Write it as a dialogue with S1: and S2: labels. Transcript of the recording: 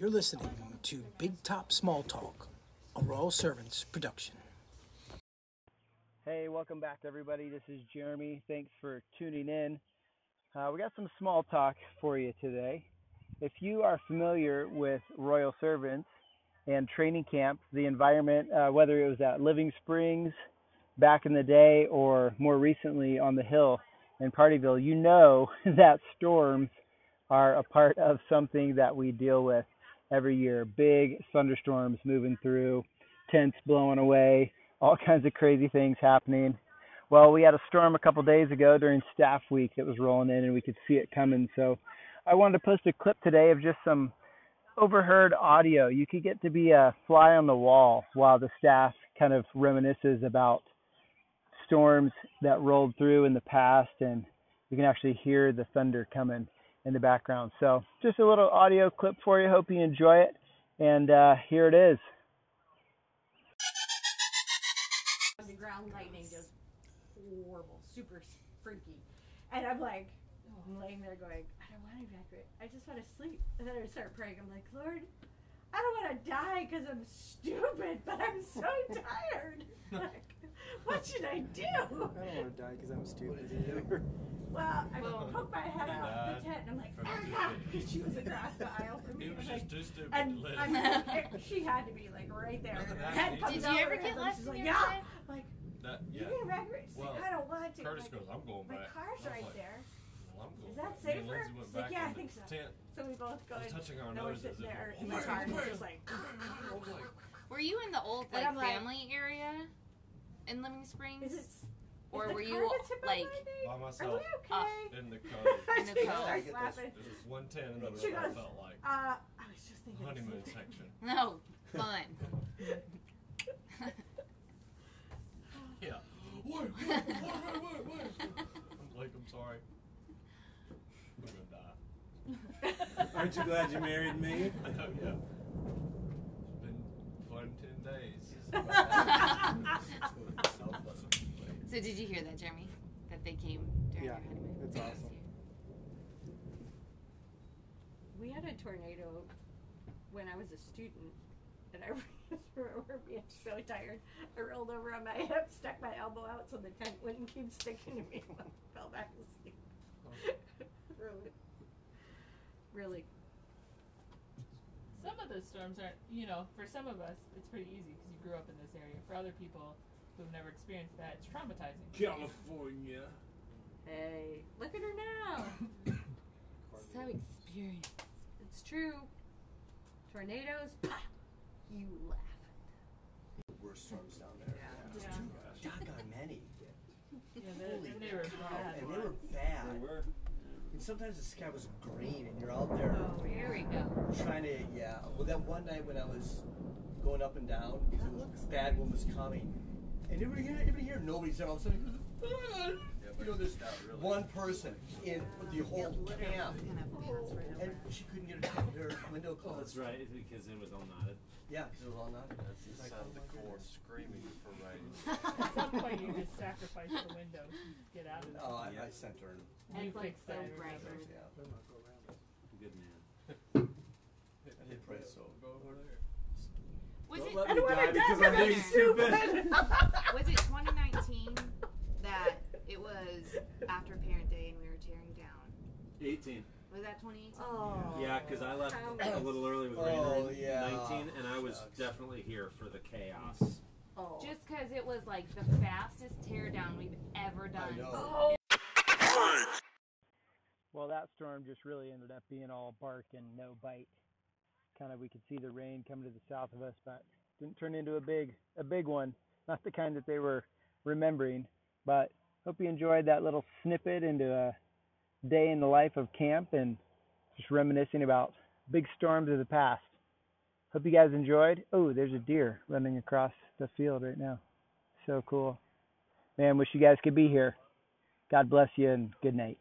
S1: listening to Big Top Small Talk, a Royal Servants production.
S2: Hey, welcome back, everybody. This is Jeremy. Thanks for tuning in. Uh, we got some small talk for you today. If you are familiar with Royal Servants and training camp, the environment, uh, whether it was at Living Springs back in the day or more recently on the Hill in Partyville, you know that storms are a part of something that we deal with every year. Big thunderstorms moving through, tents blowing away, all kinds of crazy things happening. Well, we had a storm a couple days ago during staff week that was rolling in and we could see it coming. So I wanted to post a clip today of just some overheard audio. You could get to be a fly on the wall while the staff kind of reminisces about storms that rolled through in the past and you can actually hear the thunder coming in the background. So just a little audio clip for you. Hope you enjoy it. And uh, here it is.
S3: the ground lightning just horrible, super freaky. And I'm like, I'm laying there going, I don't want to evacuate. I just want to sleep. And then I start praying. I'm like, Lord, I don't want to die because I'm stupid, but I'm so tired. Like, what should I do?
S4: I don't want to die because I'm stupid either.
S3: Well, I poke my head out of the tent and I'm like, Erica! Because she was across the aisle from me.
S5: It was
S3: I'm
S5: just
S3: like,
S5: too stupid
S3: and
S5: to live.
S3: I'm, it- she had to be like right there.
S5: Nothing
S3: And her
S5: happened
S3: head
S5: to
S3: comes
S5: you.
S6: Did you
S3: over
S6: ever get
S3: and
S6: left
S3: she's
S6: in
S3: like,
S6: your
S3: yeah.
S6: tent?
S3: Like,
S5: That,
S3: you
S5: yeah.
S3: can evacuate. She's like,
S5: Well,
S3: I don't want to. I'm
S5: Curtis
S3: like,
S5: goes, I'm going
S3: My
S5: back.
S3: car's
S5: I was
S3: right
S5: like,
S3: there.
S5: Well, I'm going
S3: Is that
S5: back. Me and
S3: safer?
S5: Lindsay went
S3: She's like,
S5: back
S3: yeah,
S5: in
S3: I
S5: the
S3: think so.
S5: tent.
S3: So we both go
S5: I was
S3: in.
S5: touching our
S3: and we're
S5: noses,
S3: sitting
S5: it
S3: there
S5: was
S3: in the
S5: like,
S3: car. and
S5: "Oh my
S3: It's just like,
S5: I was like,
S6: Were you in the old
S3: And
S6: like,
S3: I'm like-
S6: family area in Living Springs,
S3: is it? is
S6: or
S3: the
S6: were
S3: car
S6: you
S3: that's hit by
S6: like?
S3: lightning?
S5: by
S3: Are we
S5: myself
S3: okay?
S5: in the car.
S6: In the
S3: She
S6: car.
S4: Get
S3: starts
S4: this.
S3: laughing.
S5: This is one tent, and
S3: She
S5: another one
S3: goes,
S5: I felt like
S3: Uh, I was just thinking. the
S5: honeymoon
S3: same thing.
S5: section.
S6: No, fun.
S5: Yeah. Wait, wait, wait, wait, wait, wait. I'm like, I'm sorry. We're gonna die.
S4: Aren't you glad you married me?
S5: I know, yeah. It's been fun ten days.
S6: so did you hear that, Jeremy? That they came during
S4: Yeah,
S6: your honeymoon.
S4: it's
S6: Yes,
S4: awesome.
S3: We had a tornado when I was a student, and I just remember being so tired. I rolled over on my hip, stuck my elbow out so the tent wouldn't keep sticking to me, and I fell back asleep. really, really.
S7: Some of those storms aren't, you know, for some of us, it's pretty easy because you grew up in this area. For other people who've never experienced that, it's traumatizing.
S4: California.
S3: Hey, look at her now.
S6: you. So experienced.
S3: It's true. Tornadoes, pop. You laugh.
S4: Worst storms down there.
S7: Yeah,
S8: doggone many.
S7: yeah they,
S8: Holy
S7: they were bad.
S8: And they were bad.
S4: They were.
S8: And sometimes the sky was green and you're out there
S6: Here we go.
S8: trying to, yeah. Well, that one night when I was going up and down, because it was a bad one was coming. And everybody here, everybody here, nobody's there. All of a sudden, you know, there's one person in the whole camp. And she couldn't get her, her window closed.
S9: That's right, it's because it was all knotted.
S8: Yeah, because it was all night.
S5: That's the
S8: oh
S5: sound the core screaming for rain.
S7: At some point, you just sacrifice the window to get out of there.
S8: Oh, I, I sent her.
S7: you
S6: That's, like,
S7: fixed that.
S6: so
S7: I remember.
S6: bright.
S8: Yeah.
S9: Good man.
S8: I did pray so.
S5: Go over there.
S6: Was
S4: Don't
S6: it
S4: let
S3: I
S4: me
S3: don't
S4: die
S3: wanna die
S4: because I'm
S3: because
S4: being
S6: I'm
S4: stupid.
S6: was it 2019 that it was after Parent Day and we were tearing down?
S9: 18.
S6: Was that 2018?
S3: Oh.
S9: Yeah, because I left
S3: How
S9: a
S3: much-
S9: little early with
S8: Oh,
S9: Rainer in
S8: yeah.
S9: 19, and I was
S8: Shucks.
S9: definitely here for the chaos.
S3: Oh.
S6: Just because it was like the fastest teardown we've ever done.
S8: know.
S3: Oh.
S2: Well, that storm just really ended up being all bark and no bite. Kind of, we could see the rain coming to the south of us, but didn't turn into a big, a big one. Not the kind that they were remembering. But hope you enjoyed that little snippet into a day in the life of camp and just reminiscing about big storms of the past. Hope you guys enjoyed. Oh, there's a deer running across the field right now. So cool. Man, wish you guys could be here. God bless you and good night.